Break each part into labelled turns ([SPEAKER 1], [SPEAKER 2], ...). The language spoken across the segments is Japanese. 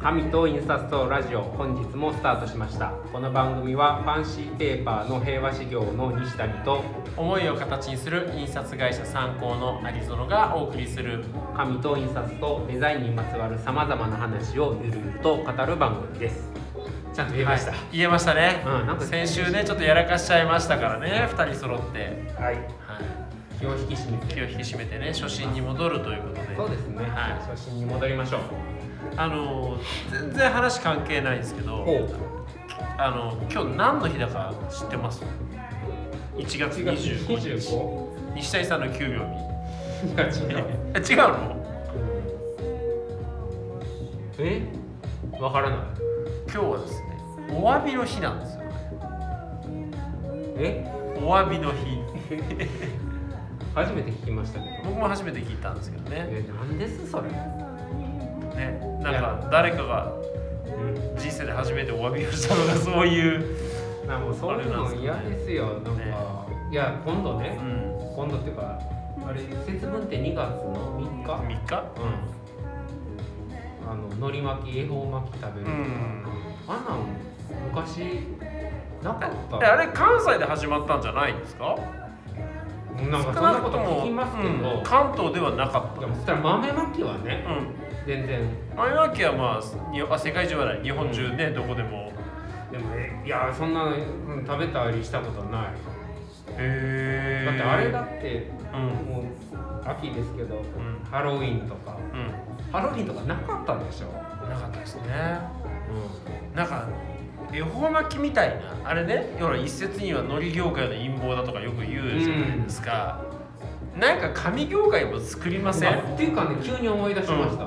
[SPEAKER 1] 神と印刷とラジオ本日もスタートしましたこの番組はファンシーペーパーの平和事業の西谷と
[SPEAKER 2] 思いを形にする印刷会社参考の有園がお送りする
[SPEAKER 1] 紙と印刷とデザインにまつわるさまざまな話をゆるゆると語る番組ですちゃんと言えました
[SPEAKER 2] はい言えましたね、
[SPEAKER 1] うんなんか
[SPEAKER 2] 先週ねちょっとやらかしちゃいましたからね2人揃って、
[SPEAKER 1] はい
[SPEAKER 2] は
[SPEAKER 1] 気を引き締め
[SPEAKER 2] い、気を
[SPEAKER 1] て
[SPEAKER 2] 引き締めてね初心に戻るということで
[SPEAKER 1] そうですね、
[SPEAKER 2] はい
[SPEAKER 1] 初心に戻りましょう
[SPEAKER 2] あのー全然話関係ないんですけど
[SPEAKER 1] ほう
[SPEAKER 2] あの今日何の日だか知ってます1月25日西谷さんの給料日
[SPEAKER 1] 違
[SPEAKER 2] え
[SPEAKER 1] う
[SPEAKER 2] 違うの
[SPEAKER 1] えわからない
[SPEAKER 2] 今日はですねお詫びの日なんですよ
[SPEAKER 1] え
[SPEAKER 2] お詫びの日
[SPEAKER 1] 初めて聞きましたけど
[SPEAKER 2] 僕も初めて聞いたんですけどね
[SPEAKER 1] えなんですそれ、
[SPEAKER 2] ねなんか誰かが
[SPEAKER 1] うん、
[SPEAKER 2] 人生で初めてお詫びをしたのがそういう、
[SPEAKER 1] なんかもうそういうの嫌ですよなんか、
[SPEAKER 2] ね
[SPEAKER 1] いや今度ね、
[SPEAKER 2] ん、
[SPEAKER 1] 今度っていうかあれ節分って2月の3日
[SPEAKER 2] 3日
[SPEAKER 1] うんあの海苔巻き恵方巻き食べるとか、
[SPEAKER 2] うん
[SPEAKER 1] あんなん昔なかった
[SPEAKER 2] えあれ関西で始まったんじゃないんですか
[SPEAKER 1] なんかそんなこと聞きますけど、
[SPEAKER 2] 少なくともうん
[SPEAKER 1] で
[SPEAKER 2] 関東ではなかった
[SPEAKER 1] もそしたら豆巻きはね
[SPEAKER 2] うん
[SPEAKER 1] 全然
[SPEAKER 2] 前わけはまあにあ世界中はない日本中ね、どこでも
[SPEAKER 1] でもえいやそんな、うん、食べたりしたことない
[SPEAKER 2] へ
[SPEAKER 1] だってあれだって
[SPEAKER 2] うん
[SPEAKER 1] もう秋ですけど
[SPEAKER 2] うん
[SPEAKER 1] ハロウィンとか
[SPEAKER 2] うん
[SPEAKER 1] ハロウィンとかなかったでしょ、
[SPEAKER 2] なかったですねなんか恵方巻きみたいなあれねほら一説には海苔業界の陰謀だとかよく言うじゃないですか、なんか紙業界も作りません、
[SPEAKER 1] あっていうかね急に思い出しました、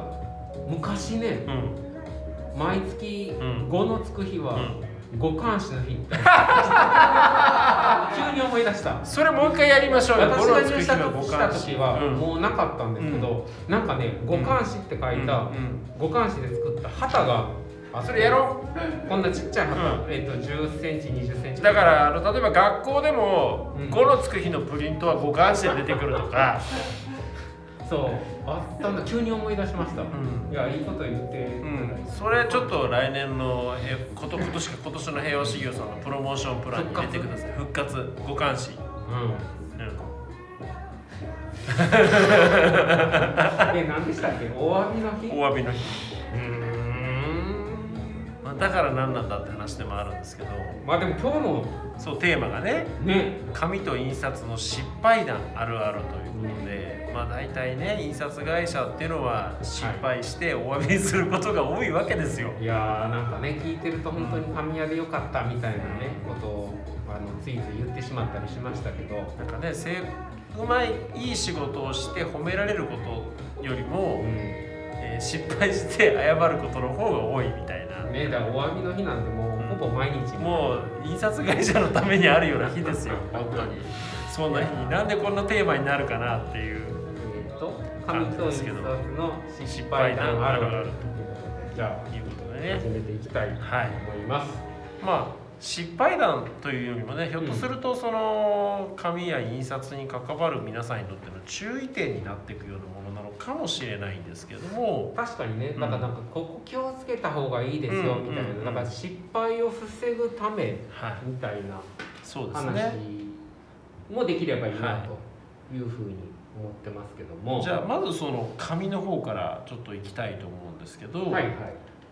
[SPEAKER 1] 昔ね
[SPEAKER 2] うん
[SPEAKER 1] 毎月
[SPEAKER 2] うん
[SPEAKER 1] 5のつく日
[SPEAKER 2] う
[SPEAKER 1] は
[SPEAKER 2] ん
[SPEAKER 1] 五冠詞の日っ て急に思い出した
[SPEAKER 2] それもう一回やりましょうよ
[SPEAKER 1] 私が入社
[SPEAKER 2] ゴロのつく日
[SPEAKER 1] した時は
[SPEAKER 2] うん
[SPEAKER 1] もうなかったんですけど、なんかね五冠詞って書いた
[SPEAKER 2] うんうん
[SPEAKER 1] 五冠詞で作った旗があって
[SPEAKER 2] それやろ
[SPEAKER 1] こんなちっちゃい旗、
[SPEAKER 2] う
[SPEAKER 1] えっと1 0ンチ2 0ンチ
[SPEAKER 2] だからあの例えば学校でも
[SPEAKER 1] うん
[SPEAKER 2] 「5のつく日のプリントは互換して出てくる」とか、
[SPEAKER 1] そうあったんだ急に思い出しました、
[SPEAKER 2] ん
[SPEAKER 1] いやいいこと言って、
[SPEAKER 2] うん、それちょっと来年のえこと今年か今年の平和修行さんのプロモーションプランに入れてください復活互換し、
[SPEAKER 1] うん
[SPEAKER 2] うん、
[SPEAKER 1] え何でしたっけお詫びの日う
[SPEAKER 2] お詫びの日、
[SPEAKER 1] ーん
[SPEAKER 2] まあ、だから何なんだって話でもあるんですけど
[SPEAKER 1] まあでも今日も
[SPEAKER 2] そうテーマがね
[SPEAKER 1] ね
[SPEAKER 2] 紙と印刷の失敗談あるあるということで、まあ大体ね印刷会社っていうのは失敗してお詫びすることが多いわけですよ。
[SPEAKER 1] いやーなんかね聞いてると本当に神谷でよかったみたいなねことをあのついつい言ってしまったりしましたけど
[SPEAKER 2] なんかねせうまいいい仕事をして褒められることより
[SPEAKER 1] ね
[SPEAKER 2] も、えー失敗して謝ることの方が多いみたいな、
[SPEAKER 1] だからお詫びの日なんてもうほぼ毎日
[SPEAKER 2] もう印刷会社のためにあるような日ですよ本当にそんな日になんでこんなテーマになるかなっていう
[SPEAKER 1] えっと神と印刷の失敗談あるあるということでじゃ
[SPEAKER 2] いうことで
[SPEAKER 1] あ
[SPEAKER 2] ね
[SPEAKER 1] 始めていきたいと
[SPEAKER 2] はい
[SPEAKER 1] 思います、
[SPEAKER 2] まあ失敗談というよりもねひょっとするとその紙や印刷に関わる皆さんにとっての注意点になっていくようなものなのかもしれないんですけども
[SPEAKER 1] 確かにね
[SPEAKER 2] うん
[SPEAKER 1] だからなんかここ気をつけた方がいいですよ
[SPEAKER 2] うん
[SPEAKER 1] みたいな、
[SPEAKER 2] うん
[SPEAKER 1] なんか失敗を防ぐため
[SPEAKER 2] はい
[SPEAKER 1] みたいな
[SPEAKER 2] そうです
[SPEAKER 1] 話
[SPEAKER 2] ね
[SPEAKER 1] もできればいいなというふうに思ってますけども。
[SPEAKER 2] じゃあまずその紙の方からちょっと行きたいと思うんですけど、
[SPEAKER 1] はいはい。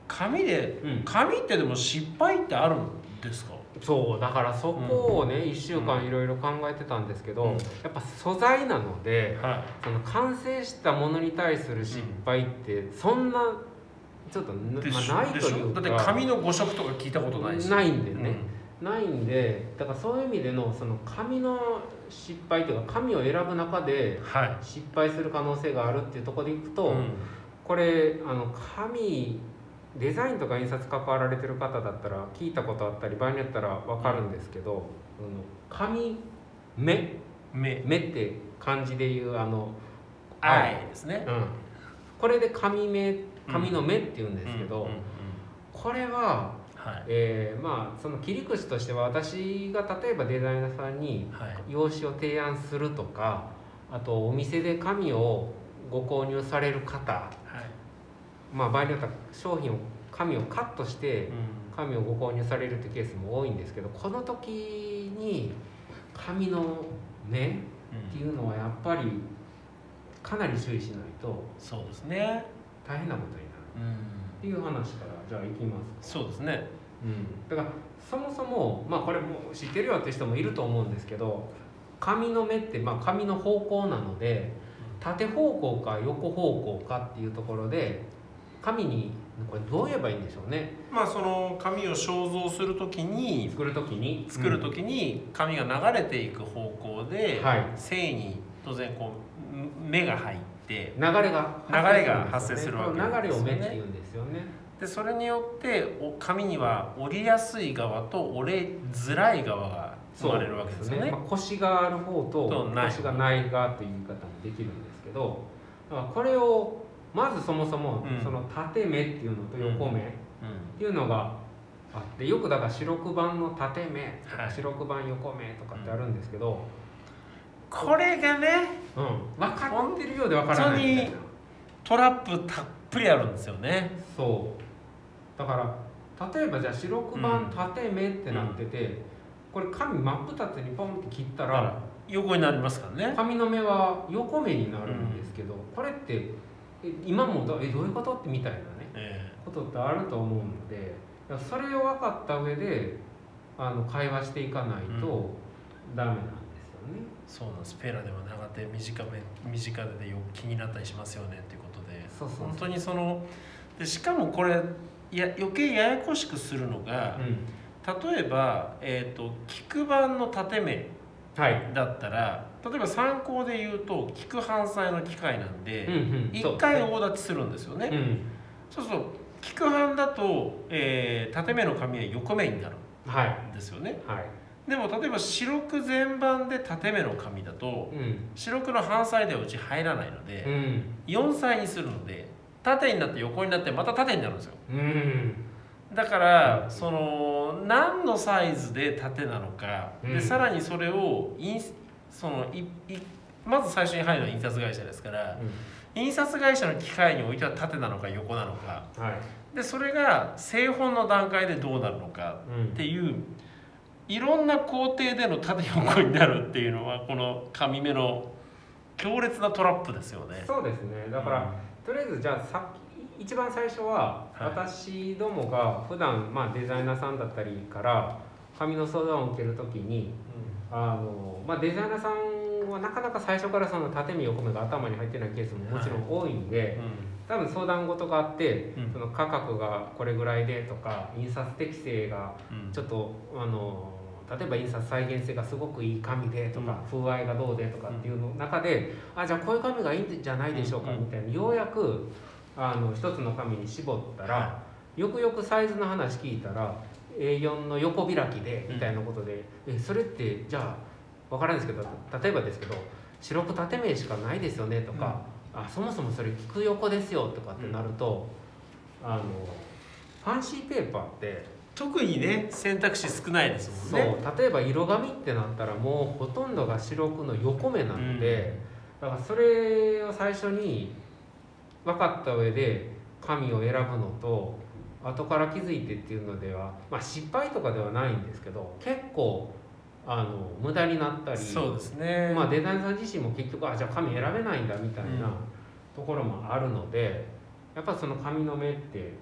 [SPEAKER 2] 紙で
[SPEAKER 1] うん
[SPEAKER 2] 紙ってでも失敗ってあるんですか
[SPEAKER 1] そうだからそこをね、一1週間いろいろ考えてたんですけど、
[SPEAKER 2] うん
[SPEAKER 1] やっぱ素材なので
[SPEAKER 2] は
[SPEAKER 1] その完成したものに対する失敗ってそんなちょっとな,、
[SPEAKER 2] でし
[SPEAKER 1] まあ、ない
[SPEAKER 2] で
[SPEAKER 1] と
[SPEAKER 2] し
[SPEAKER 1] いう
[SPEAKER 2] ょ
[SPEAKER 1] か
[SPEAKER 2] だって紙の誤色とか聞いたことないし
[SPEAKER 1] ないんでね、ないんでだからそういう意味でのその紙の失敗というか紙を選ぶ中で
[SPEAKER 2] うんはい
[SPEAKER 1] 失敗する可能性があるっていうところでいくと、
[SPEAKER 2] うん
[SPEAKER 1] これあの紙デザインとか印刷関わられてる方だったら聞いたことあったり場合によったら分かるんですけど、あの紙目
[SPEAKER 2] 目
[SPEAKER 1] 目って漢字でいうあの
[SPEAKER 2] アイですね
[SPEAKER 1] うん、これで紙目紙の目っていうんですけど、
[SPEAKER 2] うんうんうん
[SPEAKER 1] これは、
[SPEAKER 2] はい
[SPEAKER 1] えーまあその切り口としては私が例えばデザイナーさんに
[SPEAKER 2] はい
[SPEAKER 1] 用紙を提案するとかあとお店で紙をご購入される方、
[SPEAKER 2] はい
[SPEAKER 1] まあ、場合によっては商品を紙をカットして紙をご購入されるってケースも多いんですけどこの時に紙の目っていうのはやっぱりかなり注意しないと
[SPEAKER 2] そうですね
[SPEAKER 1] 大変なことになる
[SPEAKER 2] うん
[SPEAKER 1] っていう話からじゃあいきます、
[SPEAKER 2] そうですね
[SPEAKER 1] だからそもそもまあこれもう知ってるよって人もいると思うんですけど紙の目ってまあ紙の方向なので縦方向か横方向かっていうところで紙にこれどう言えばいいんでしょうね
[SPEAKER 2] まあその紙を肖像するときに
[SPEAKER 1] 作る時に
[SPEAKER 2] 作るときに紙が流れていく方向で、
[SPEAKER 1] はい
[SPEAKER 2] 繊維に当然こうむ目が入って
[SPEAKER 1] 流れが
[SPEAKER 2] 流れが発生するわけ
[SPEAKER 1] 流れ
[SPEAKER 2] で
[SPEAKER 1] を
[SPEAKER 2] すよ
[SPEAKER 1] 目
[SPEAKER 2] ね
[SPEAKER 1] って言うんですよね
[SPEAKER 2] でそれによってお紙には折りやすい側と折れづらい側が生まれるわけですよね
[SPEAKER 1] まあ、腰がある方
[SPEAKER 2] と
[SPEAKER 1] と
[SPEAKER 2] ない
[SPEAKER 1] 腰がない側という言い方もできるんですけどだからこれをまずそもそも、
[SPEAKER 2] うん
[SPEAKER 1] その縦目っていうのと横目っていうのがあってよくだから四六番の縦目
[SPEAKER 2] うんはい
[SPEAKER 1] 四六番横目とかってあるんですけど、
[SPEAKER 2] これがね
[SPEAKER 1] うん分かってるようで分からないみたいな
[SPEAKER 2] トラップたっぷりあるんですよね
[SPEAKER 1] そうだから例えばじゃあ四六番縦目ってなってて、これ紙真っ二つにポンって切ったら、
[SPEAKER 2] 横になりますからね
[SPEAKER 1] 髪の目は横目になるんですけど、これってえ今もだえどういうことってみたいなね
[SPEAKER 2] え
[SPEAKER 1] ことってあると思うのでだからそれを分かった上であの会話していかないとダメなんですよね
[SPEAKER 2] え。そうなんですペラでも長手短め短手でよく気になったりしますよねっていうことで
[SPEAKER 1] そうそう
[SPEAKER 2] 本当にそのでしかもこれや余計ややこしくするの
[SPEAKER 1] う
[SPEAKER 2] が、
[SPEAKER 1] ん、
[SPEAKER 2] 例えば、えー、と菊版の縦目
[SPEAKER 1] はい、
[SPEAKER 2] だったら例えば参考で言うと菊反祭の機械なん
[SPEAKER 1] うん
[SPEAKER 2] で、
[SPEAKER 1] うん、
[SPEAKER 2] 一1回大立ちするんですよ
[SPEAKER 1] そう
[SPEAKER 2] ね、
[SPEAKER 1] うん
[SPEAKER 2] そうすると菊版だと、えー縦目の紙は横目になる
[SPEAKER 1] はい
[SPEAKER 2] んですよね
[SPEAKER 1] はい、
[SPEAKER 2] でも例えば白く全版で縦目の紙だと
[SPEAKER 1] うん
[SPEAKER 2] 白くの反祭ではうち入らないので、
[SPEAKER 1] うん
[SPEAKER 2] 4歳にするので縦になって横になってまた縦になるんですよ
[SPEAKER 1] うん
[SPEAKER 2] だからその何のサイズで縦なのか、
[SPEAKER 1] うん
[SPEAKER 2] でさらにそれをインそのいいまず最初に入るのは印刷会社ですから印刷会社の機械においては縦なのか横なのか
[SPEAKER 1] はい、
[SPEAKER 2] でそれが製本の段階でどうなるのか
[SPEAKER 1] う
[SPEAKER 2] っ
[SPEAKER 1] ん、
[SPEAKER 2] ていういろんな工程での縦横になるっていうのはこの紙目の強烈なトラップですよね。
[SPEAKER 1] そうですねだから、とりあえずじゃあさっき一番最初は
[SPEAKER 2] はい
[SPEAKER 1] 私どもが普段まあデザイナーさんだったりから紙の相談を受けるときにあの、まあ、デザイナーさんはなかなか最初からその縦目横目が頭に入ってないケースももちろん多いんで、多分相談事があって
[SPEAKER 2] うん
[SPEAKER 1] その価格がこれぐらいでとか印刷適性が
[SPEAKER 2] うん
[SPEAKER 1] ちょっとあの例えば印刷再現性がすごくいい紙でとか、風合いがどうでとかっていうの中で、あじゃあこういう紙がいいんじゃないでしょうか
[SPEAKER 2] うんうん
[SPEAKER 1] みたいなようやくあの一つの紙に絞ったらよくよくサイズの話聞いたら A4 の横開きでみたいなことで、えそれってじゃあ分からないですけど例えばですけど白く縦目しかないですよねとか、あそもそもそれ菊横ですよとかってなると、あのファンシーペーパーって
[SPEAKER 2] 特にね選択肢少ないですもん
[SPEAKER 1] そう
[SPEAKER 2] ね。
[SPEAKER 1] 例えば色紙ってなったらもうほとんどが白くの横目なので、だからそれを最初に分かった上で紙を選ぶのと後から気づいてっていうのでは、まあ、失敗とかではないんですけど結構あの無駄になったり
[SPEAKER 2] そうですね。
[SPEAKER 1] まあ、デザイナーさん自身も結局あじゃあ紙選べないんだみたい
[SPEAKER 2] うん
[SPEAKER 1] なところもあるので、やっぱその紙の目って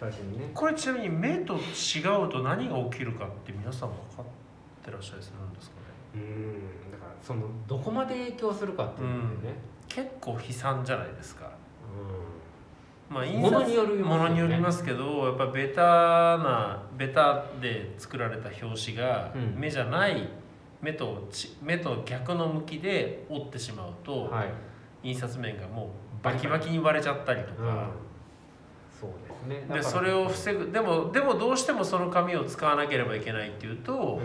[SPEAKER 1] 最初にね
[SPEAKER 2] これちなみに目と違うと何が起きるかって皆さん分かってらっしゃいするんですか
[SPEAKER 1] う
[SPEAKER 2] ね。
[SPEAKER 1] んだからそのどこまで影響するかっていうのでね、
[SPEAKER 2] 結構悲惨じゃないですか。まあ
[SPEAKER 1] 物によりますよね
[SPEAKER 2] ものによりますけどやっぱベタなベタで作られた表紙が
[SPEAKER 1] うん
[SPEAKER 2] 目じゃない目とち目と逆の向きで折ってしまう
[SPEAKER 1] うん
[SPEAKER 2] と
[SPEAKER 1] はい、
[SPEAKER 2] 印刷面がもうバキバキに割れちゃったりと
[SPEAKER 1] うん
[SPEAKER 2] か、
[SPEAKER 1] そうですねだから
[SPEAKER 2] でそれを防ぐでもでもどうしてもその紙を使わなければいけないっていうと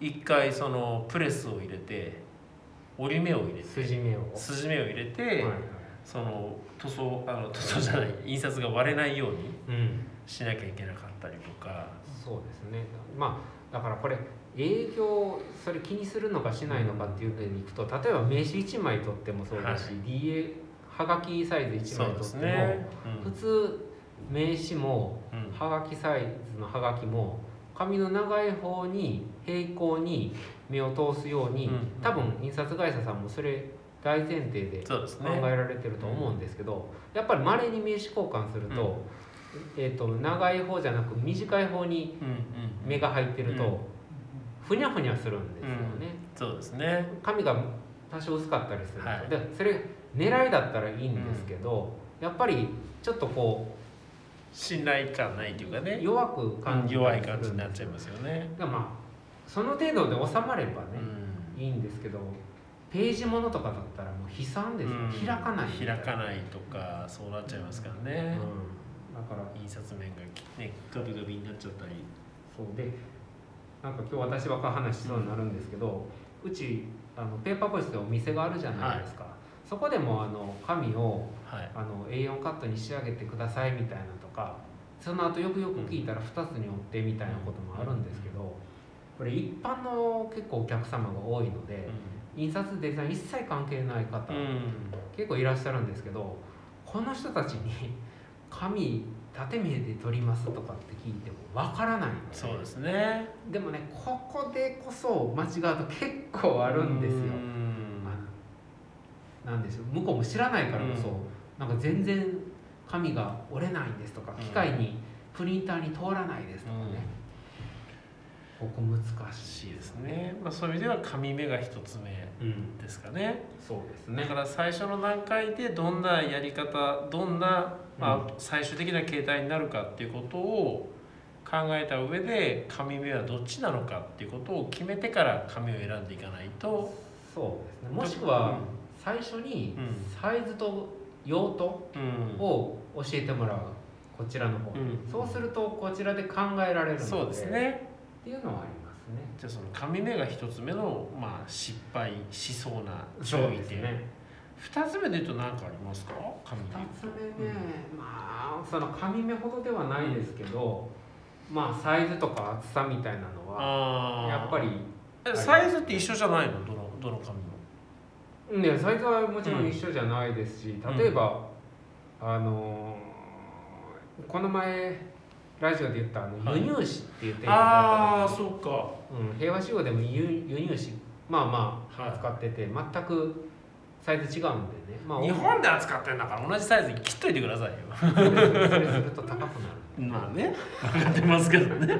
[SPEAKER 1] う
[SPEAKER 2] 一回そのプレスを入れて折り目を入れ
[SPEAKER 1] ん
[SPEAKER 2] て
[SPEAKER 1] 筋目を
[SPEAKER 2] 筋目を入れて、
[SPEAKER 1] はいはい
[SPEAKER 2] その塗装あの塗装じゃない印刷が割れないように
[SPEAKER 1] うん
[SPEAKER 2] しなきゃいけなかったりとか
[SPEAKER 1] そうですねまあだからこれ営業それ気にするのかしないのかっていうのにいくと例えば名刺1枚取ってもそうだし、
[SPEAKER 2] は
[SPEAKER 1] DA はがきサイズ1
[SPEAKER 2] そう
[SPEAKER 1] 枚
[SPEAKER 2] で
[SPEAKER 1] 取っ
[SPEAKER 2] す
[SPEAKER 1] ても、
[SPEAKER 2] ね。
[SPEAKER 1] 普通名刺も
[SPEAKER 2] うんうん
[SPEAKER 1] はがきサイズのはがきも紙の長い方に平行に目を通すように、
[SPEAKER 2] うん
[SPEAKER 1] 多分印刷会社さんもそれ大前提で
[SPEAKER 2] そうです
[SPEAKER 1] 考
[SPEAKER 2] ね。
[SPEAKER 1] えられてると思うんですけど、やっぱりまれに名刺交換すると,、えー、と長い方じゃなく短い方に
[SPEAKER 2] うんうん
[SPEAKER 1] 目が入ってると、
[SPEAKER 2] うん
[SPEAKER 1] ふにゃふにゃするんですよね、
[SPEAKER 2] そうですね。
[SPEAKER 1] 紙が多少薄かったりすると、
[SPEAKER 2] はい
[SPEAKER 1] でそれ狙いだったらいいんですけど、やっぱりちょっとこ
[SPEAKER 2] 信頼感ないというか
[SPEAKER 1] う
[SPEAKER 2] ね。
[SPEAKER 1] 弱く感じ
[SPEAKER 2] 弱
[SPEAKER 1] た
[SPEAKER 2] い
[SPEAKER 1] りする
[SPEAKER 2] 感じになっちゃいますよね。
[SPEAKER 1] だからまあその程度で収まれば
[SPEAKER 2] う
[SPEAKER 1] ね、
[SPEAKER 2] ん
[SPEAKER 1] いいんですけどページものとかだったらもう悲惨ですよ、
[SPEAKER 2] うん
[SPEAKER 1] 開かない
[SPEAKER 2] 開かないとかそうなっちゃいますから
[SPEAKER 1] うん、
[SPEAKER 2] ね
[SPEAKER 1] だ。から
[SPEAKER 2] 印刷面がねガビガビになっちゃったり。
[SPEAKER 1] そうでなんか今日私ばっか話しそうになるんですけど、うちあのペーパーポイ捨てお店があるじゃないですか、そこでもあの紙を
[SPEAKER 2] はい。
[SPEAKER 1] あの A4 カットに仕上げてくださいみたいなとかその後よくよく聞いたら2つに折ってみたいなこともあるんですけどこれ一般の結構お客様が多いので印刷デザイン一切関係ない方、
[SPEAKER 2] うん。
[SPEAKER 1] 結構いらっしゃるんですけどこの人たちに紙縦目で取りますとかって聞いてもわからないので
[SPEAKER 2] そうですね。
[SPEAKER 1] でもねここでこそ間違うと結構あるんですよ
[SPEAKER 2] う。
[SPEAKER 1] あのなんでしょう向こうも知らないからこそ、
[SPEAKER 2] うん
[SPEAKER 1] なんか全然紙が折れないんですとか
[SPEAKER 2] うん
[SPEAKER 1] 機械にプリンターに通らないですとかね、ここ難しい、
[SPEAKER 2] しいですね。まあそういう意味では紙目が一つ目
[SPEAKER 1] うん、
[SPEAKER 2] ですかね。
[SPEAKER 1] そうです
[SPEAKER 2] だから最初の段階でどんなやり方どんな、まあ、最終的な形態になるかっていうことを考えた上で紙目はどっちなのかっていうことを決めてから紙を選んでいかないと
[SPEAKER 1] そうですねもしくは最初に
[SPEAKER 2] うん
[SPEAKER 1] サイズと用途
[SPEAKER 2] うん、
[SPEAKER 1] を教えてもらうこちらの方、
[SPEAKER 2] うん
[SPEAKER 1] そうするとこちらで考えられるので
[SPEAKER 2] そうですね
[SPEAKER 1] っていうのはありますね
[SPEAKER 2] じゃあその紙目が一つ目の、まあ、失敗しそうな注
[SPEAKER 1] そう
[SPEAKER 2] 意
[SPEAKER 1] です
[SPEAKER 2] 点
[SPEAKER 1] ね
[SPEAKER 2] 二つ目で言うと何かありますか紙目
[SPEAKER 1] 2つ目ね、まあその紙目ほどではないですけど、まあサイズとか厚さみたいなのは
[SPEAKER 2] ああ
[SPEAKER 1] やっぱり
[SPEAKER 2] りサイズって一緒じゃないのどのどの紙も
[SPEAKER 1] ねサイズはもちろん一緒じゃないですし、
[SPEAKER 2] うん
[SPEAKER 1] 例えば、あのーこの前ラジオで言ったあの
[SPEAKER 2] はい
[SPEAKER 1] 輸入紙って言って
[SPEAKER 2] ああそっか
[SPEAKER 1] うん、平和集合でも輸輸入紙まあま
[SPEAKER 2] は
[SPEAKER 1] あ
[SPEAKER 2] い
[SPEAKER 1] 使ってて全くサイズ違うんでね、まあ、
[SPEAKER 2] 日本で扱ってんだから同じサイズに切っといてくださいよ
[SPEAKER 1] それそれすると高くなる
[SPEAKER 2] まあね分かってますけどね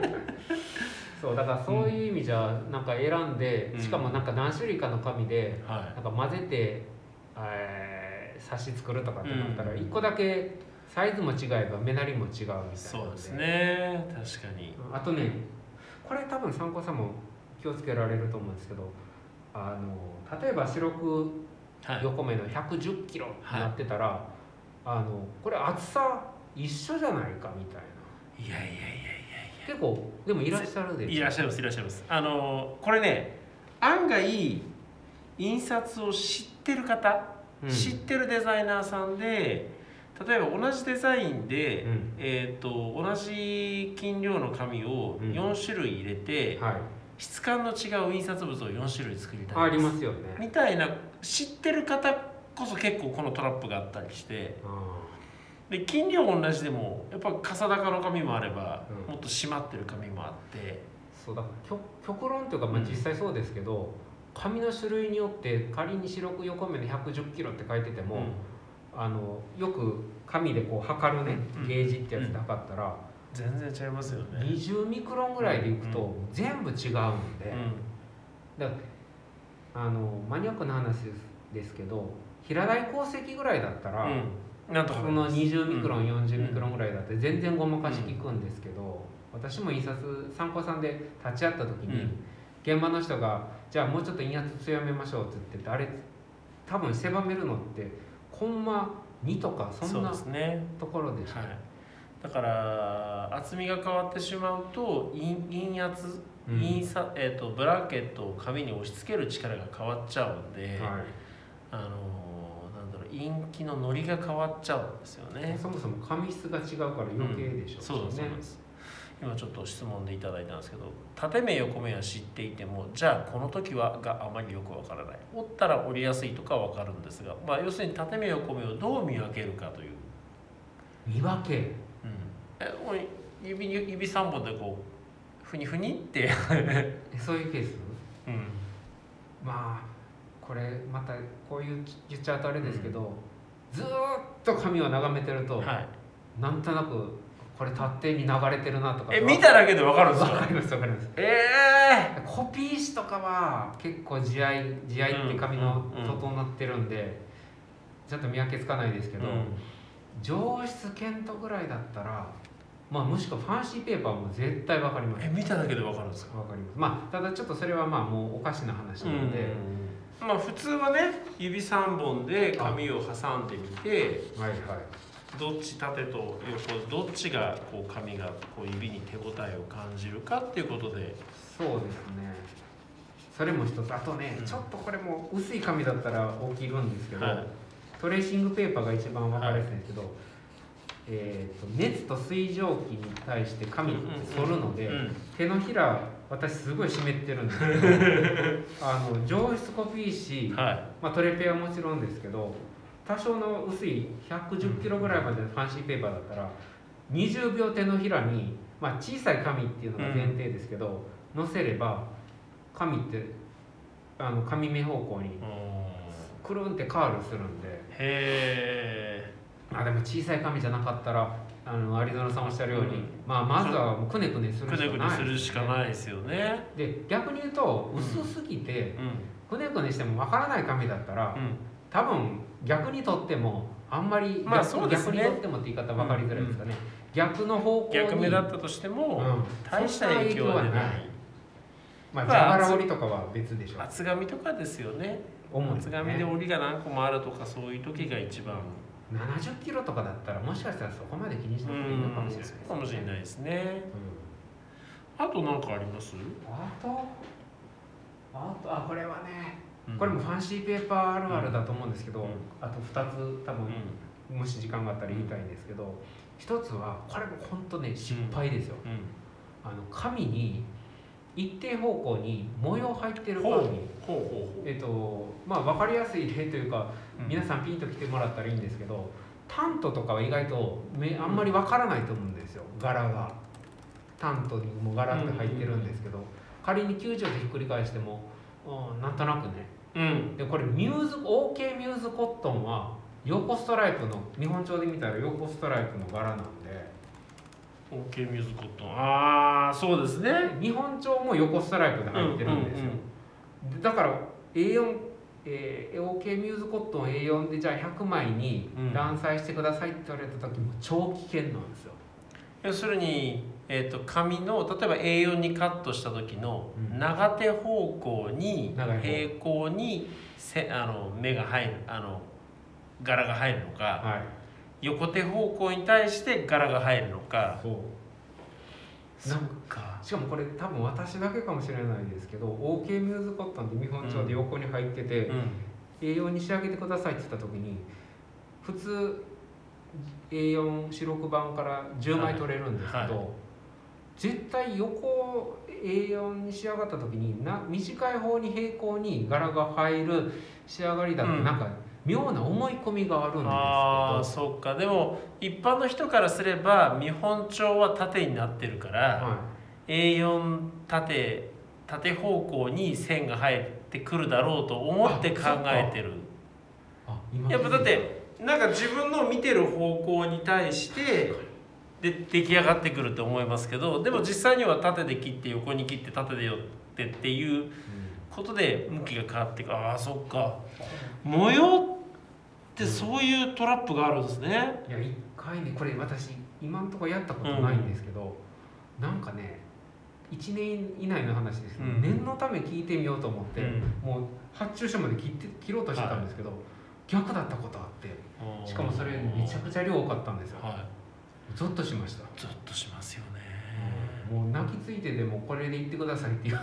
[SPEAKER 1] そうだからそういう意味じゃなんか選んで、
[SPEAKER 2] うん
[SPEAKER 1] しかもなんか何種類かの紙で
[SPEAKER 2] は
[SPEAKER 1] なんか混ぜて、えー、冊子作るとかってなったら
[SPEAKER 2] うん
[SPEAKER 1] 一個だけサイズも違えば目なりも違うみたいなの
[SPEAKER 2] いそうですね確かに
[SPEAKER 1] あとねこれ多分参考さんも気をつけられると思うんですけどあの例えば白く
[SPEAKER 2] はい
[SPEAKER 1] 横目の110キロになってたら、あのこれ厚さ一緒じゃないかみたいない
[SPEAKER 2] やいや
[SPEAKER 1] 結構でもいらっしゃる
[SPEAKER 2] い
[SPEAKER 1] で
[SPEAKER 2] やいらっしゃいますいらっしゃいますあのこれね案外印刷を知ってる方、
[SPEAKER 1] うん
[SPEAKER 2] 知ってるデザイナーさんで例えば同じデザインで、
[SPEAKER 1] うん
[SPEAKER 2] えー、と同じ金量の紙を
[SPEAKER 1] うん
[SPEAKER 2] 4種類入れて、
[SPEAKER 1] はい、
[SPEAKER 2] 質感の違う印刷物を4種類作りたいです
[SPEAKER 1] ありますよね
[SPEAKER 2] みたいな知ってる方こそ結構このトラップがあったりして
[SPEAKER 1] あ
[SPEAKER 2] で金量同じでもやっぱ笠高の紙もあれば、
[SPEAKER 1] うん
[SPEAKER 2] もっと締まってる紙もあって
[SPEAKER 1] ーそうだから極極論というか、まあ、
[SPEAKER 2] うん
[SPEAKER 1] 実際そうですけど、紙の種類によって仮に白く横目で110キロって書いてても、
[SPEAKER 2] うん
[SPEAKER 1] あのよく紙でこう測るね、
[SPEAKER 2] うん
[SPEAKER 1] ゲージってやつで測ったら、
[SPEAKER 2] 全然違いますよね。
[SPEAKER 1] 20ミクロンぐらいでいくと、
[SPEAKER 2] う
[SPEAKER 1] 全部違うんで、
[SPEAKER 2] うん
[SPEAKER 1] あのマニアックな話ですですけど平台鉱石ぐらいだったら、
[SPEAKER 2] うん、なんとか
[SPEAKER 1] その20ミクロン、
[SPEAKER 2] うん
[SPEAKER 1] 40ミクロンぐらいだって全然ごまかしきくんですけど、私も印刷参考さんで立ち会った時に、現場の人が「じゃあもうちょっと印圧強めましょう」って言ってあれ多分狭めるのってコンマ2とかそ
[SPEAKER 2] そ
[SPEAKER 1] ん
[SPEAKER 2] う
[SPEAKER 1] な
[SPEAKER 2] ですね、
[SPEAKER 1] ところでしょ
[SPEAKER 2] はい、だから厚みが変わってしまうと陰陰圧、
[SPEAKER 1] うん
[SPEAKER 2] 陰さえー、とブラケットを紙に押し付ける力が変わっちゃうんで、
[SPEAKER 1] は
[SPEAKER 2] あのーなんだろう陰気のノリが変わっちゃうんですよね
[SPEAKER 1] い、。そもそも紙質が違うから余計でしょ
[SPEAKER 2] そうなんですそうなんです今ちょっと質問でいただいたんですけど縦目横目は知っていてもじゃあこの時はがあまりよくわからない折ったら折りやすいとかわかるんですが、まあ、要するに縦目横目をどう見分けるかという、
[SPEAKER 1] 見分け
[SPEAKER 2] うん、えもう指に指3本でこうふにふにって、
[SPEAKER 1] えそういうケース
[SPEAKER 2] うん、
[SPEAKER 1] まあこれまたこういう言っちゃうとあれですけど、ずーっと紙を眺めてると、
[SPEAKER 2] はい
[SPEAKER 1] なんとなくこれ縦に流れてるなとか
[SPEAKER 2] え見ただけでわかるんです
[SPEAKER 1] わ
[SPEAKER 2] か
[SPEAKER 1] かりますわかります
[SPEAKER 2] ええ
[SPEAKER 1] コピー紙とかは結構地合い地合いって紙の
[SPEAKER 2] うんうんうん
[SPEAKER 1] 整ってるんで、ちょっと見分けつかないですけど、
[SPEAKER 2] うん
[SPEAKER 1] 上質ケントぐらいだったらまあもしくはファンシーペーパーも絶対わかります
[SPEAKER 2] え見ただけでわかるんですか
[SPEAKER 1] わかりますまあただちょっとそれはまあもうおかしな話なので、
[SPEAKER 2] うんまあ普通はね指3本で紙を挟んでみて
[SPEAKER 1] はいはい
[SPEAKER 2] どっち縦と横どっちがこう紙がこう指に手応えを感じるかっていうことで
[SPEAKER 1] そうですねそれも一つあとね、
[SPEAKER 2] うん
[SPEAKER 1] ちょっとこれも薄い紙だったら起きるんですけど、
[SPEAKER 2] はい
[SPEAKER 1] トレーシングペーパーが一番分かりやすいんですけど、えー、と熱と水蒸気に対して紙って反るので、
[SPEAKER 2] うん
[SPEAKER 1] 手のひら私すごい湿ってるんです けどあの上質コピー紙、
[SPEAKER 2] は
[SPEAKER 1] まあ、トレペはもちろんですけど多少の薄い110キロぐらいまでのファンシーペーパーだったら20秒手のひらに、まあ、小さい紙っていうのが前提ですけど、乗せれば紙ってあの紙目方向に
[SPEAKER 2] いうん
[SPEAKER 1] くるんってカールするんで。
[SPEAKER 2] へえ
[SPEAKER 1] あでも小さい紙じゃなかったらあの有園さんおっしゃるように、
[SPEAKER 2] うん
[SPEAKER 1] まあ、まずはもうくねくねす
[SPEAKER 2] く
[SPEAKER 1] るしか
[SPEAKER 2] ね
[SPEAKER 1] ない
[SPEAKER 2] くねするしかないですよね
[SPEAKER 1] で逆に言うと
[SPEAKER 2] うん
[SPEAKER 1] 薄すぎて、
[SPEAKER 2] うん
[SPEAKER 1] くねくねしてもわからない紙だったら
[SPEAKER 2] う
[SPEAKER 1] 多分逆にとってもあんまり、
[SPEAKER 2] まあ
[SPEAKER 1] 逆
[SPEAKER 2] そうですね
[SPEAKER 1] 逆にとってもって言い方分かりづらいですかね、逆の方向
[SPEAKER 2] ん
[SPEAKER 1] に
[SPEAKER 2] 逆目だったとして
[SPEAKER 1] うん
[SPEAKER 2] も大した影響は出ない
[SPEAKER 1] まあ
[SPEAKER 2] まあ
[SPEAKER 1] 蛇腹折りとかは別でしょう
[SPEAKER 2] 厚紙とかですよね
[SPEAKER 1] 主に
[SPEAKER 2] 厚紙で
[SPEAKER 1] ね、
[SPEAKER 2] 折りが何個もあるとかそういう時が一番
[SPEAKER 1] 70キロとかだったらもしかしたらそこまで気にし
[SPEAKER 2] う
[SPEAKER 1] なくていいの
[SPEAKER 2] ん
[SPEAKER 1] かもしれないですね、
[SPEAKER 2] かもしれないですね
[SPEAKER 1] うん
[SPEAKER 2] あと何かあります
[SPEAKER 1] あとあとあこれはね、
[SPEAKER 2] うん
[SPEAKER 1] これもファンシーペーパーあるあるだと思うんですけど、
[SPEAKER 2] うん
[SPEAKER 1] あと2つ多
[SPEAKER 2] うん
[SPEAKER 1] 分、もし時間があったら言いたいんですけど一つはこれも本当ね失敗ですよ、
[SPEAKER 2] う
[SPEAKER 1] あの紙に一定方向に模様入ってる
[SPEAKER 2] んほう
[SPEAKER 1] 紙、
[SPEAKER 2] ほうほうほう
[SPEAKER 1] えっとまあ分かりやすい例というか皆
[SPEAKER 2] さ
[SPEAKER 1] さんピンと来てもらったらいいんですけどタントとかは意外とめあんまりわからないと思うんですよ柄がタントにも柄って入ってるんですけど仮に90度ひっくり返しても、うん、なんとなくね
[SPEAKER 2] うん
[SPEAKER 1] でこれミューズ OK ミューズコットンは横ストライプの日本帳で見たら横ストライプの柄なんで
[SPEAKER 2] OK ミューズコットンああそうですね
[SPEAKER 1] 日本帳も横ストライプで入ってるんですよ、でだから A4 えー OK ミューズコットン A4 でじゃあ100枚に
[SPEAKER 2] うん
[SPEAKER 1] 乱載してくださいって言われた時も超危険なんですよ、
[SPEAKER 2] 要するに、えー、と紙の例えば A4 にカットした時の
[SPEAKER 1] うん
[SPEAKER 2] 長手方向に
[SPEAKER 1] 長い方
[SPEAKER 2] 平行にせあの目が入るあの柄が入るのか
[SPEAKER 1] はい
[SPEAKER 2] 横手方向に対して柄が入るのか
[SPEAKER 1] そう
[SPEAKER 2] そっか
[SPEAKER 1] しかもこれ多分私だけかもしれないですけど OK ミューズコットンって見本帳で横に入ってて、
[SPEAKER 2] うん
[SPEAKER 1] A4 に仕上げてくださいって言った時に普通 A4 四六版から10枚取れるんですけど、
[SPEAKER 2] はいは
[SPEAKER 1] 絶対横 A4 に仕上がった時にな短い方に平行に柄が入る仕上がりだって、
[SPEAKER 2] うん
[SPEAKER 1] なんか妙な思い込みがあるんですけど
[SPEAKER 2] ああそっかでも一般の人からすれば見本帳は縦になってるから、
[SPEAKER 1] は
[SPEAKER 2] A4 縦縦方向に線が入ってくるだろうと思って考えてる
[SPEAKER 1] い、あ今
[SPEAKER 2] やっぱだってなんか自分の見てる方向に対してで出来上がってくると思いますけどでも実際には縦で切って横に切って縦で寄ってっていうことで向きが変わってくああそっか模様ってそういうトラップがあるんですね。
[SPEAKER 1] いや一回ねこれ私今んところやったことないんですけど、なんかね1年以内の話ですけど、
[SPEAKER 2] うん
[SPEAKER 1] 念のため聞いてみようと思って、
[SPEAKER 2] うん
[SPEAKER 1] もう発注書まで切って切ろうとしてたんですけど、逆だったことあってしかもそれめちゃくちゃ量多かったんですよ
[SPEAKER 2] は
[SPEAKER 1] ゾッとしました
[SPEAKER 2] ゾッとしますよね
[SPEAKER 1] もう泣きついてでもこれで言ってくださいっていう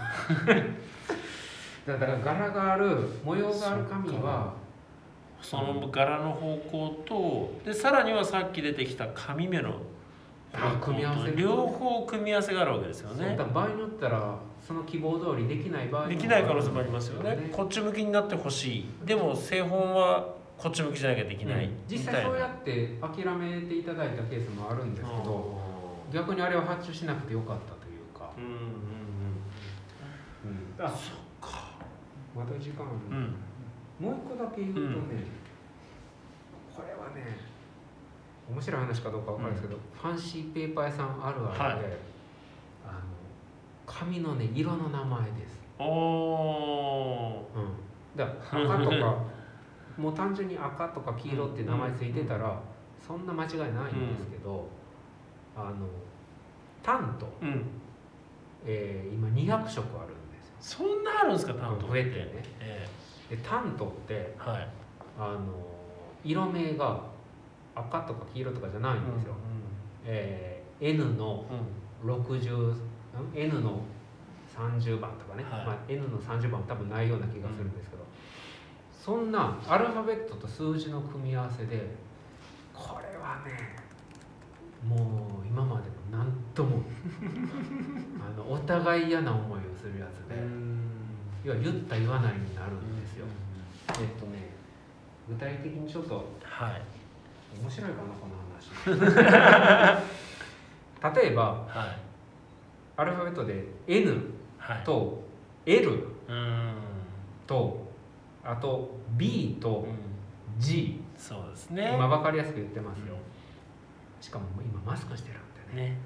[SPEAKER 1] だから柄がある模様がある紙は
[SPEAKER 2] その柄の方向とでさらにはさっき出てきた紙目の
[SPEAKER 1] あ組み合わせ
[SPEAKER 2] 両方組み合わせがあるわけですよ
[SPEAKER 1] そうだ
[SPEAKER 2] ね
[SPEAKER 1] から場合によったらその希望通りできない場合も
[SPEAKER 2] できない可能性もありますよね
[SPEAKER 1] ね
[SPEAKER 2] こっち向きになってほしいでも製本はこっち向きじゃなきゃできない、
[SPEAKER 1] うん
[SPEAKER 2] み
[SPEAKER 1] 実
[SPEAKER 2] た
[SPEAKER 1] 際
[SPEAKER 2] いな
[SPEAKER 1] そうやって諦めていただいたケースもあるんですけど逆にあれを発注しなくてよかったというか、
[SPEAKER 2] うんうん
[SPEAKER 1] うん、あそっかまた時間あ
[SPEAKER 2] うんう
[SPEAKER 1] る、
[SPEAKER 2] ん
[SPEAKER 1] もう一個だけ言うとね、
[SPEAKER 2] うん
[SPEAKER 1] これはね面白い話かどうかわかるんないですけど、ファンシーペーパー屋さんあるあるで、あの紙のね色の名前です、うん、
[SPEAKER 2] お
[SPEAKER 1] だから赤とかもう単純に赤とか黄色って名前ついてたらそんな間違いないんですけど、あのタンと、
[SPEAKER 2] ーうん
[SPEAKER 1] えー今200色あるんですよ
[SPEAKER 2] そんなあるんですか担当
[SPEAKER 1] 増えてね
[SPEAKER 2] え
[SPEAKER 1] でタントって
[SPEAKER 2] えはい
[SPEAKER 1] あの色名が赤とか黄色とかじゃないんですよ、えー N の
[SPEAKER 2] うんうん
[SPEAKER 1] 60ん N の30番とかね、
[SPEAKER 2] はい
[SPEAKER 1] まあ、N の30番は多分ないような気がするんですけど、そんなアルファベットと数字の組み合わせでこれはねもう今までの何と もあのお互い嫌な思いをするやつで、要は言った言わないになるんですよ、えっとね具体的にちょっと
[SPEAKER 2] はい
[SPEAKER 1] 面白いかなこの話 例えば
[SPEAKER 2] はい
[SPEAKER 1] アルファベットで N
[SPEAKER 2] はい
[SPEAKER 1] と L
[SPEAKER 2] うん
[SPEAKER 1] とあと B
[SPEAKER 2] う
[SPEAKER 1] と
[SPEAKER 2] ん
[SPEAKER 1] G
[SPEAKER 2] そうですね
[SPEAKER 1] 今分かりやすく言ってますよしかももう今マスクしてるんでね
[SPEAKER 2] ね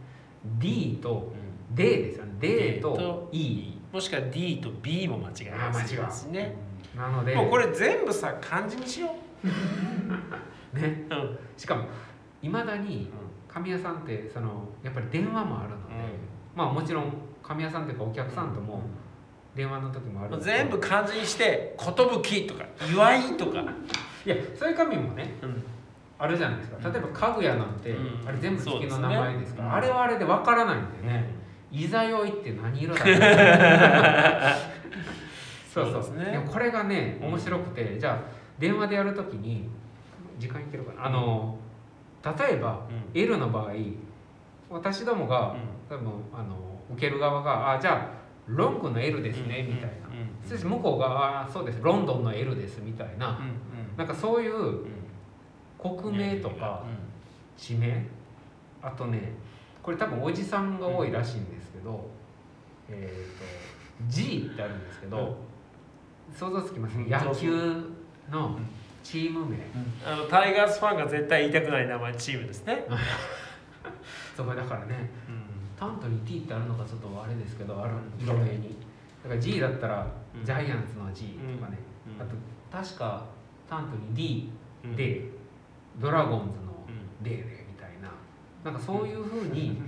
[SPEAKER 1] D と
[SPEAKER 2] うん
[SPEAKER 1] D ですよね D
[SPEAKER 2] D
[SPEAKER 1] と
[SPEAKER 2] と
[SPEAKER 1] E
[SPEAKER 2] もしくは D と B も間違い
[SPEAKER 1] あ
[SPEAKER 2] な
[SPEAKER 1] 間
[SPEAKER 2] い
[SPEAKER 1] 違
[SPEAKER 2] です
[SPEAKER 1] う
[SPEAKER 2] ね
[SPEAKER 1] なので
[SPEAKER 2] もうこれ全部さ漢字にしよ
[SPEAKER 1] ね
[SPEAKER 2] う、うん
[SPEAKER 1] しかもいまだに紙屋さんってそのやっぱり電話もあるので、
[SPEAKER 2] うん
[SPEAKER 1] まあもちろん紙屋さんというかお客さんとも電話の時もある
[SPEAKER 2] も
[SPEAKER 1] ん
[SPEAKER 2] う
[SPEAKER 1] で
[SPEAKER 2] 全部漢字にして「寿」とか「祝い」とか、
[SPEAKER 1] いやそういう紙もね
[SPEAKER 2] うん
[SPEAKER 1] あるじゃないですか例えば家具屋なんて、
[SPEAKER 2] うん
[SPEAKER 1] あれ全部月の名前ですから、
[SPEAKER 2] そ
[SPEAKER 1] あ
[SPEAKER 2] うですね
[SPEAKER 1] れはあれでわからないんだよね、いざよいって何色だろう そうそう
[SPEAKER 2] そうですね
[SPEAKER 1] もこれがね面白くて、じゃあ電話でやるときに時間いけるかなあの例えば、
[SPEAKER 2] う
[SPEAKER 1] L の場合私どもが、多分あの受ける側が「あじゃあロングの L ですね」みたいな、
[SPEAKER 2] うんうん
[SPEAKER 1] そして向こうが「あそうですロンドンの L です」みたいな、なんかそういう
[SPEAKER 2] うん
[SPEAKER 1] 国名とか地名あとねこれ多分おじさんが多いらしいんですけど、えっ、と G ってあるんですけど、想像つきます
[SPEAKER 2] うん
[SPEAKER 1] 野球のチーム名
[SPEAKER 2] あのタイガースファンが絶対言いたくない名前チームですね、
[SPEAKER 1] そうだからねタントに T ってあるのかちょっとあれですけどある色名にだから G だったら
[SPEAKER 2] うん
[SPEAKER 1] ジャイアンツの G とかね、
[SPEAKER 2] うん
[SPEAKER 1] あと確かタントに D
[SPEAKER 2] うん
[SPEAKER 1] で、ドラゴンズの
[SPEAKER 2] うん
[SPEAKER 1] 例でみたいななんかそういうふうに、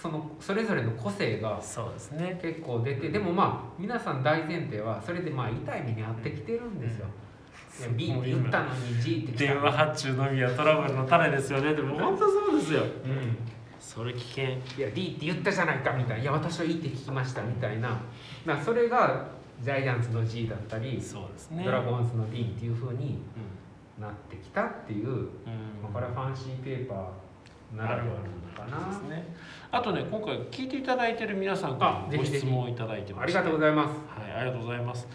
[SPEAKER 1] そのそれぞれの個性が
[SPEAKER 2] そうですね
[SPEAKER 1] 結構出てでもまあ皆さん大前提はそれでまあ痛い目に遭ってきてるんですよ、いや B って言ったのに G って来た
[SPEAKER 2] 電話発注のみはトラブルの種ですよねでも本当そうですよ
[SPEAKER 1] うん
[SPEAKER 2] それ危険
[SPEAKER 1] いや D って言ったじゃないかみたいないや私はいいって聞きましたみたいななそれがジャイアンツの G だったり、
[SPEAKER 2] そうですね
[SPEAKER 1] ドラゴンズの D っていうふうになってきたっていう、
[SPEAKER 2] うんうん
[SPEAKER 1] まあ、これはファンシーペーパーならではなのかな
[SPEAKER 2] ですねあとね今回聞いていただいてる皆さん
[SPEAKER 1] あ
[SPEAKER 2] から
[SPEAKER 1] ぜ
[SPEAKER 2] ご
[SPEAKER 1] ひぜひ
[SPEAKER 2] 質問をいただいて
[SPEAKER 1] あ
[SPEAKER 2] まし
[SPEAKER 1] り
[SPEAKER 2] て
[SPEAKER 1] がとうございます
[SPEAKER 2] はい、ありがとうございます。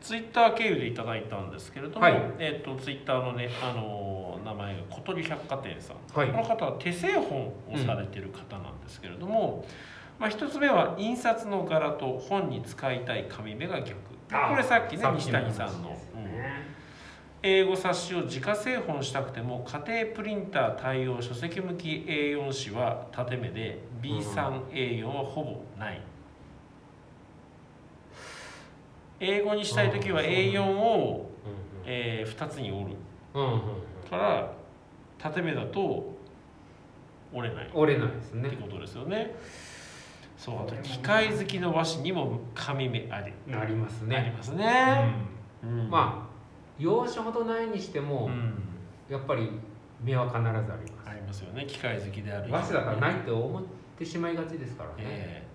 [SPEAKER 2] ツイッター経由でいただいたんですけれども、
[SPEAKER 1] はい
[SPEAKER 2] えっ、とツイッターのね、あのー名前が小鳥百貨店さん。
[SPEAKER 1] はい
[SPEAKER 2] この方は手製本をされてる方なんですけれども、まあ一つ目は印刷の柄と本に使いたい紙目が逆。これさっきね
[SPEAKER 1] さ
[SPEAKER 2] 西谷さんの、
[SPEAKER 1] です
[SPEAKER 2] うん
[SPEAKER 1] ね
[SPEAKER 2] 英語冊子を自家製本したくても家庭プリンター対応書籍向き A4 紙は縦目で B3A4 はほぼない、英語にしたい時は
[SPEAKER 1] あー
[SPEAKER 2] A4 を、
[SPEAKER 1] う
[SPEAKER 2] え2つに折る
[SPEAKER 1] んうんうんうん
[SPEAKER 2] から縦目だと折れないっ
[SPEAKER 1] 折れないです
[SPEAKER 2] て
[SPEAKER 1] ね
[SPEAKER 2] ことですよねそうあと機械好きの和紙にも紙目あり
[SPEAKER 1] なります
[SPEAKER 2] あり
[SPEAKER 1] ね、
[SPEAKER 2] ます
[SPEAKER 1] う
[SPEAKER 2] ね、
[SPEAKER 1] ん
[SPEAKER 2] うん
[SPEAKER 1] まあ用紙ほどないにしても、
[SPEAKER 2] うん
[SPEAKER 1] やっぱり目は必ずあります
[SPEAKER 2] ありますよね機械好きである
[SPEAKER 1] 和紙だからないって思ってしまいがちですからね、
[SPEAKER 2] ええ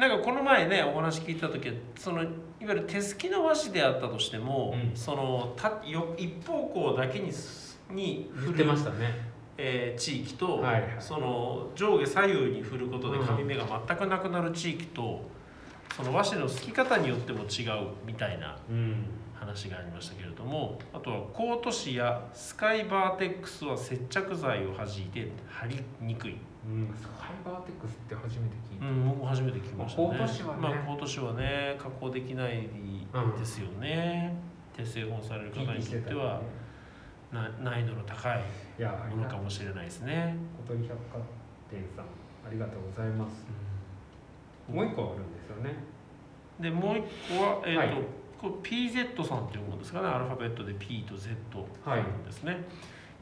[SPEAKER 2] なんかこの前ねお話聞いた時はそのいわゆる手すきの和紙であったとしても、
[SPEAKER 1] うん
[SPEAKER 2] そのたよ一方向だけにすに
[SPEAKER 1] 言
[SPEAKER 2] 振
[SPEAKER 1] って
[SPEAKER 2] る
[SPEAKER 1] ましたね
[SPEAKER 2] えー地域と、
[SPEAKER 1] はいはい
[SPEAKER 2] その上下左右に振ることで
[SPEAKER 1] うん
[SPEAKER 2] 紙目が全くなくなる地域と、その和紙のすき方によっても違うみたいな
[SPEAKER 1] うん
[SPEAKER 2] 話がありましたけれどもあとはコート紙やスカイバーテックスは接着剤を弾いて貼りにくい、
[SPEAKER 1] うん、スカイバーテックスって初めて聞いうた、
[SPEAKER 2] ん、僕も初めて聞きましたね
[SPEAKER 1] まあコート紙はね
[SPEAKER 2] まあ、コート紙はね加工できないですよね、手製本される方にとってはな難易度の高い
[SPEAKER 1] いやあり
[SPEAKER 2] もの
[SPEAKER 1] が
[SPEAKER 2] か
[SPEAKER 1] とう
[SPEAKER 2] もしれないですね、
[SPEAKER 1] 小鳥百貨店さんありがとうございます
[SPEAKER 2] うん
[SPEAKER 1] もう一個あるんですよね
[SPEAKER 2] でもう一個は、えーと
[SPEAKER 1] はい
[SPEAKER 2] これ PZ さんって読むんですかねアルファベットで P と Z なんですね、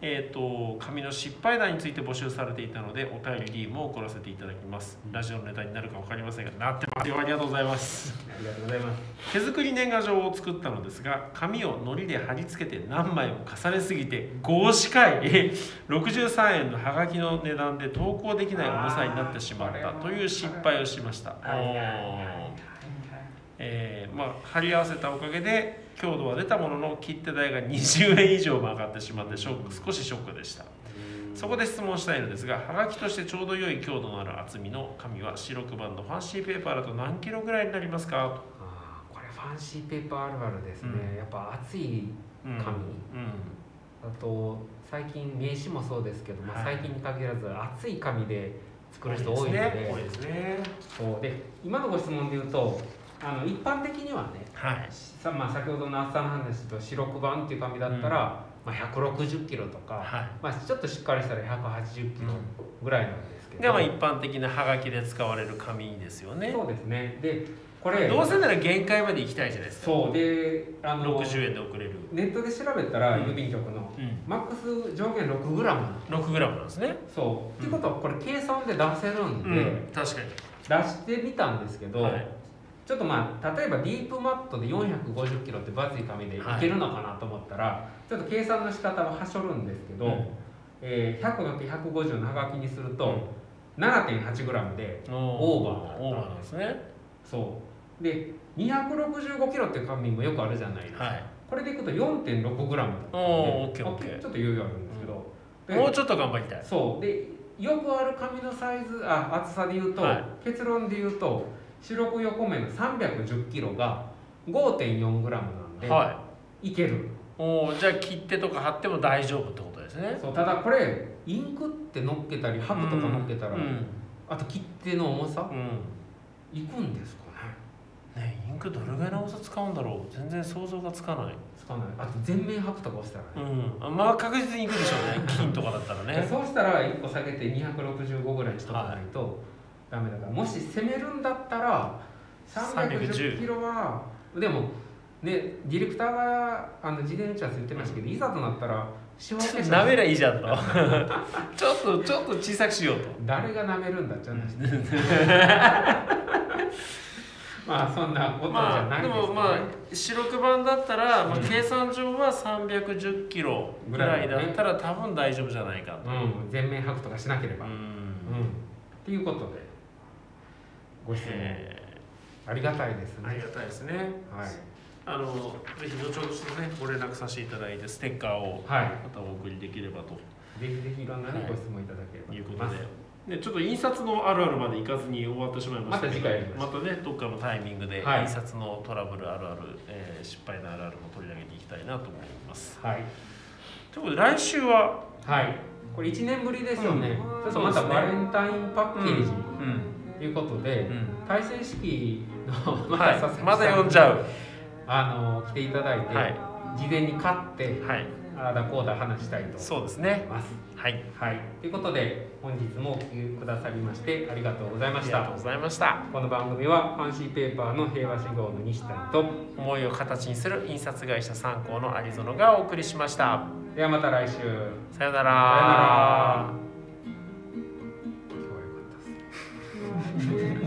[SPEAKER 2] えー、と紙の失敗談について募集されていたのでお便りリームを送らせていただきますラジオのネタになるか分かりませんがなってますよありがとうございます
[SPEAKER 1] ありがとうございます
[SPEAKER 2] 手作り年賀状を作ったのですが紙を糊で貼り付けて何枚も重ねすぎて合紙会 え63円のハガキの値段で投稿できない重さになってしまったという失敗をしました、
[SPEAKER 1] はいはいはいはい
[SPEAKER 2] えーまあ、貼り合わせたおかげで強度は出たものの切手代が20円以上も上がってしまってショック少しショックでしたそこで質問したいのですがはがきとしてちょうど良い強度のある厚みの紙は白く版のファンシーペーパーだと何キロぐらいになりますかと
[SPEAKER 1] あーこれファンシーペーパーあるあるですね、
[SPEAKER 2] う
[SPEAKER 1] やっぱ熱い
[SPEAKER 2] う
[SPEAKER 1] 紙
[SPEAKER 2] んうん
[SPEAKER 1] あと最近名刺もそうですけど、まあ、
[SPEAKER 2] はい
[SPEAKER 1] 最近に限らず熱い紙で作る人多いので
[SPEAKER 2] 多いですね。
[SPEAKER 1] そうで今のご質問で言うとあの一般的にはね
[SPEAKER 2] はい。
[SPEAKER 1] さ、まあ、先ほどの厚さの話と白黒板っていう紙だったら、まあ、160キロとか、
[SPEAKER 2] は
[SPEAKER 1] まあ、ちょっとしっかりしたら180キロぐらいなんですけ
[SPEAKER 2] い。が
[SPEAKER 1] ど、
[SPEAKER 2] まあ一般的なハガキで使われる紙ですよね。
[SPEAKER 1] そうですねでこれ
[SPEAKER 2] どうせなら限界まで行きたいじゃないですか。
[SPEAKER 1] そうであの
[SPEAKER 2] 六十円で送れる。
[SPEAKER 1] ネットで調べたら
[SPEAKER 2] うん
[SPEAKER 1] 郵便局の
[SPEAKER 2] うん。
[SPEAKER 1] マックス上限 6g
[SPEAKER 2] 六グラムなんですね。
[SPEAKER 1] そう、ってことはこれ計算で出せるんで、
[SPEAKER 2] うん。確かに。
[SPEAKER 1] 出してみたんですけど、
[SPEAKER 2] はい
[SPEAKER 1] ちょっとまあ例えばディープマットで450キロってバズい紙でいけるのかなと思ったら、ちょっと計算の仕方ははしょるんですけど、
[SPEAKER 2] うん
[SPEAKER 1] えー、100の150のハガキにする
[SPEAKER 2] う
[SPEAKER 1] と 7.8g で
[SPEAKER 2] オ
[SPEAKER 1] ーバー
[SPEAKER 2] オーバーなんですね。
[SPEAKER 1] そうで265キロっていう紙もよくあるじゃないですか、
[SPEAKER 2] は
[SPEAKER 1] これでいくと 4.6g だった
[SPEAKER 2] おーオッケ
[SPEAKER 1] ち
[SPEAKER 2] ー
[SPEAKER 1] ょ
[SPEAKER 2] オッケー
[SPEAKER 1] っと余裕あるんですけど、
[SPEAKER 2] い。
[SPEAKER 1] で
[SPEAKER 2] もうちょっと頑張りたい。
[SPEAKER 1] そうでよくある紙のサイズあ厚さで言うと、
[SPEAKER 2] はい
[SPEAKER 1] 結論で言うと白く横目の310キロが5.4グラムなんで、、
[SPEAKER 2] はい
[SPEAKER 1] ける
[SPEAKER 2] い。おお、じゃあ切手とか貼っても大丈夫ってことですね。
[SPEAKER 1] そうただこれインクって乗っけたりハムとか乗っけたら、
[SPEAKER 2] うん。
[SPEAKER 1] あと切手の重さ
[SPEAKER 2] うん。
[SPEAKER 1] いくんですかね
[SPEAKER 2] ね、インクどれぐらいの重さ使うんだろう。全然想像がつかない。
[SPEAKER 1] つかないあと全面白とか押したら
[SPEAKER 2] う
[SPEAKER 1] ね、
[SPEAKER 2] ん。あまあ確実にいくでしょうね。金とかだったらね。
[SPEAKER 1] そうしたら1個下げて265ぐらいにしとかないとダメだから、もし攻めるんだったら310
[SPEAKER 2] 310
[SPEAKER 1] キロはでもねディレクターがあの事前打ち合わせ言ってましたけど、いざとなったら司法
[SPEAKER 2] ちょ
[SPEAKER 1] 権
[SPEAKER 2] っと
[SPEAKER 1] 者
[SPEAKER 2] 舐めりゃいいじゃんと ちょっとちょっと小さくしようと
[SPEAKER 1] 誰が舐めるんだっちゃうんです まあそんなことじゃ
[SPEAKER 2] ま
[SPEAKER 1] な
[SPEAKER 2] あ
[SPEAKER 1] いです
[SPEAKER 2] で
[SPEAKER 1] けど、ね
[SPEAKER 2] もまあ四六番だったら、まあ
[SPEAKER 1] うん
[SPEAKER 2] 計算上は310キロぐらいだったら多分大丈夫じゃないかと、
[SPEAKER 1] うん、全面白とかしなければ、
[SPEAKER 2] う
[SPEAKER 1] うん
[SPEAKER 2] ん
[SPEAKER 1] っていうことでご質問
[SPEAKER 2] え
[SPEAKER 1] ありがたいです
[SPEAKER 2] ー
[SPEAKER 1] ね
[SPEAKER 2] ありがたいですね
[SPEAKER 1] はい、
[SPEAKER 2] あのぜひ後ほどちょっとねご連絡させていただいてステッカーを
[SPEAKER 1] はい
[SPEAKER 2] またお送りできればと
[SPEAKER 1] ぜひぜひいろんなね、
[SPEAKER 2] はい
[SPEAKER 1] ご質問いただければ
[SPEAKER 2] と
[SPEAKER 1] と
[SPEAKER 2] いう
[SPEAKER 1] 思い
[SPEAKER 2] こと
[SPEAKER 1] ます。
[SPEAKER 2] ででちょっと印刷のあるあるまでいかずに終わってしまいましたけ
[SPEAKER 1] また
[SPEAKER 2] ど
[SPEAKER 1] 次回やりま
[SPEAKER 2] ますたねどっかのタイミングで
[SPEAKER 1] はい
[SPEAKER 2] 印刷のトラブルあるある、えー失敗のあるあるも取り上げていきたいなと思います
[SPEAKER 1] はい。
[SPEAKER 2] ということで来週は
[SPEAKER 1] はい。これ1年ぶりですよね。
[SPEAKER 2] うん
[SPEAKER 1] ちょっとまたバレンタインパッケージ
[SPEAKER 2] うん
[SPEAKER 1] ということ
[SPEAKER 2] う
[SPEAKER 1] で、
[SPEAKER 2] ん
[SPEAKER 1] 対戦式のまた佐々木
[SPEAKER 2] は
[SPEAKER 1] さ
[SPEAKER 2] い、
[SPEAKER 1] ん、
[SPEAKER 2] まだ呼んじゃう
[SPEAKER 1] あの来ていただいて、
[SPEAKER 2] はい
[SPEAKER 1] 事前に勝って
[SPEAKER 2] はい
[SPEAKER 1] あーだこうだ話したいと
[SPEAKER 2] そうです
[SPEAKER 1] 思い
[SPEAKER 2] ね
[SPEAKER 1] ます。
[SPEAKER 2] はい
[SPEAKER 1] はい。ということで本日もお聞きくださりましてありがとうござい
[SPEAKER 2] あ
[SPEAKER 1] まし
[SPEAKER 2] りがと
[SPEAKER 1] た
[SPEAKER 2] う。ございました
[SPEAKER 1] この番組はファンシーペーパーの平和志号の西谷と
[SPEAKER 2] 思いを形にする印刷会社参考のアリゾノがお送りしました
[SPEAKER 1] ではまた来週。さよ
[SPEAKER 2] さような
[SPEAKER 1] うなら
[SPEAKER 2] ら。
[SPEAKER 1] 今日は良かったです。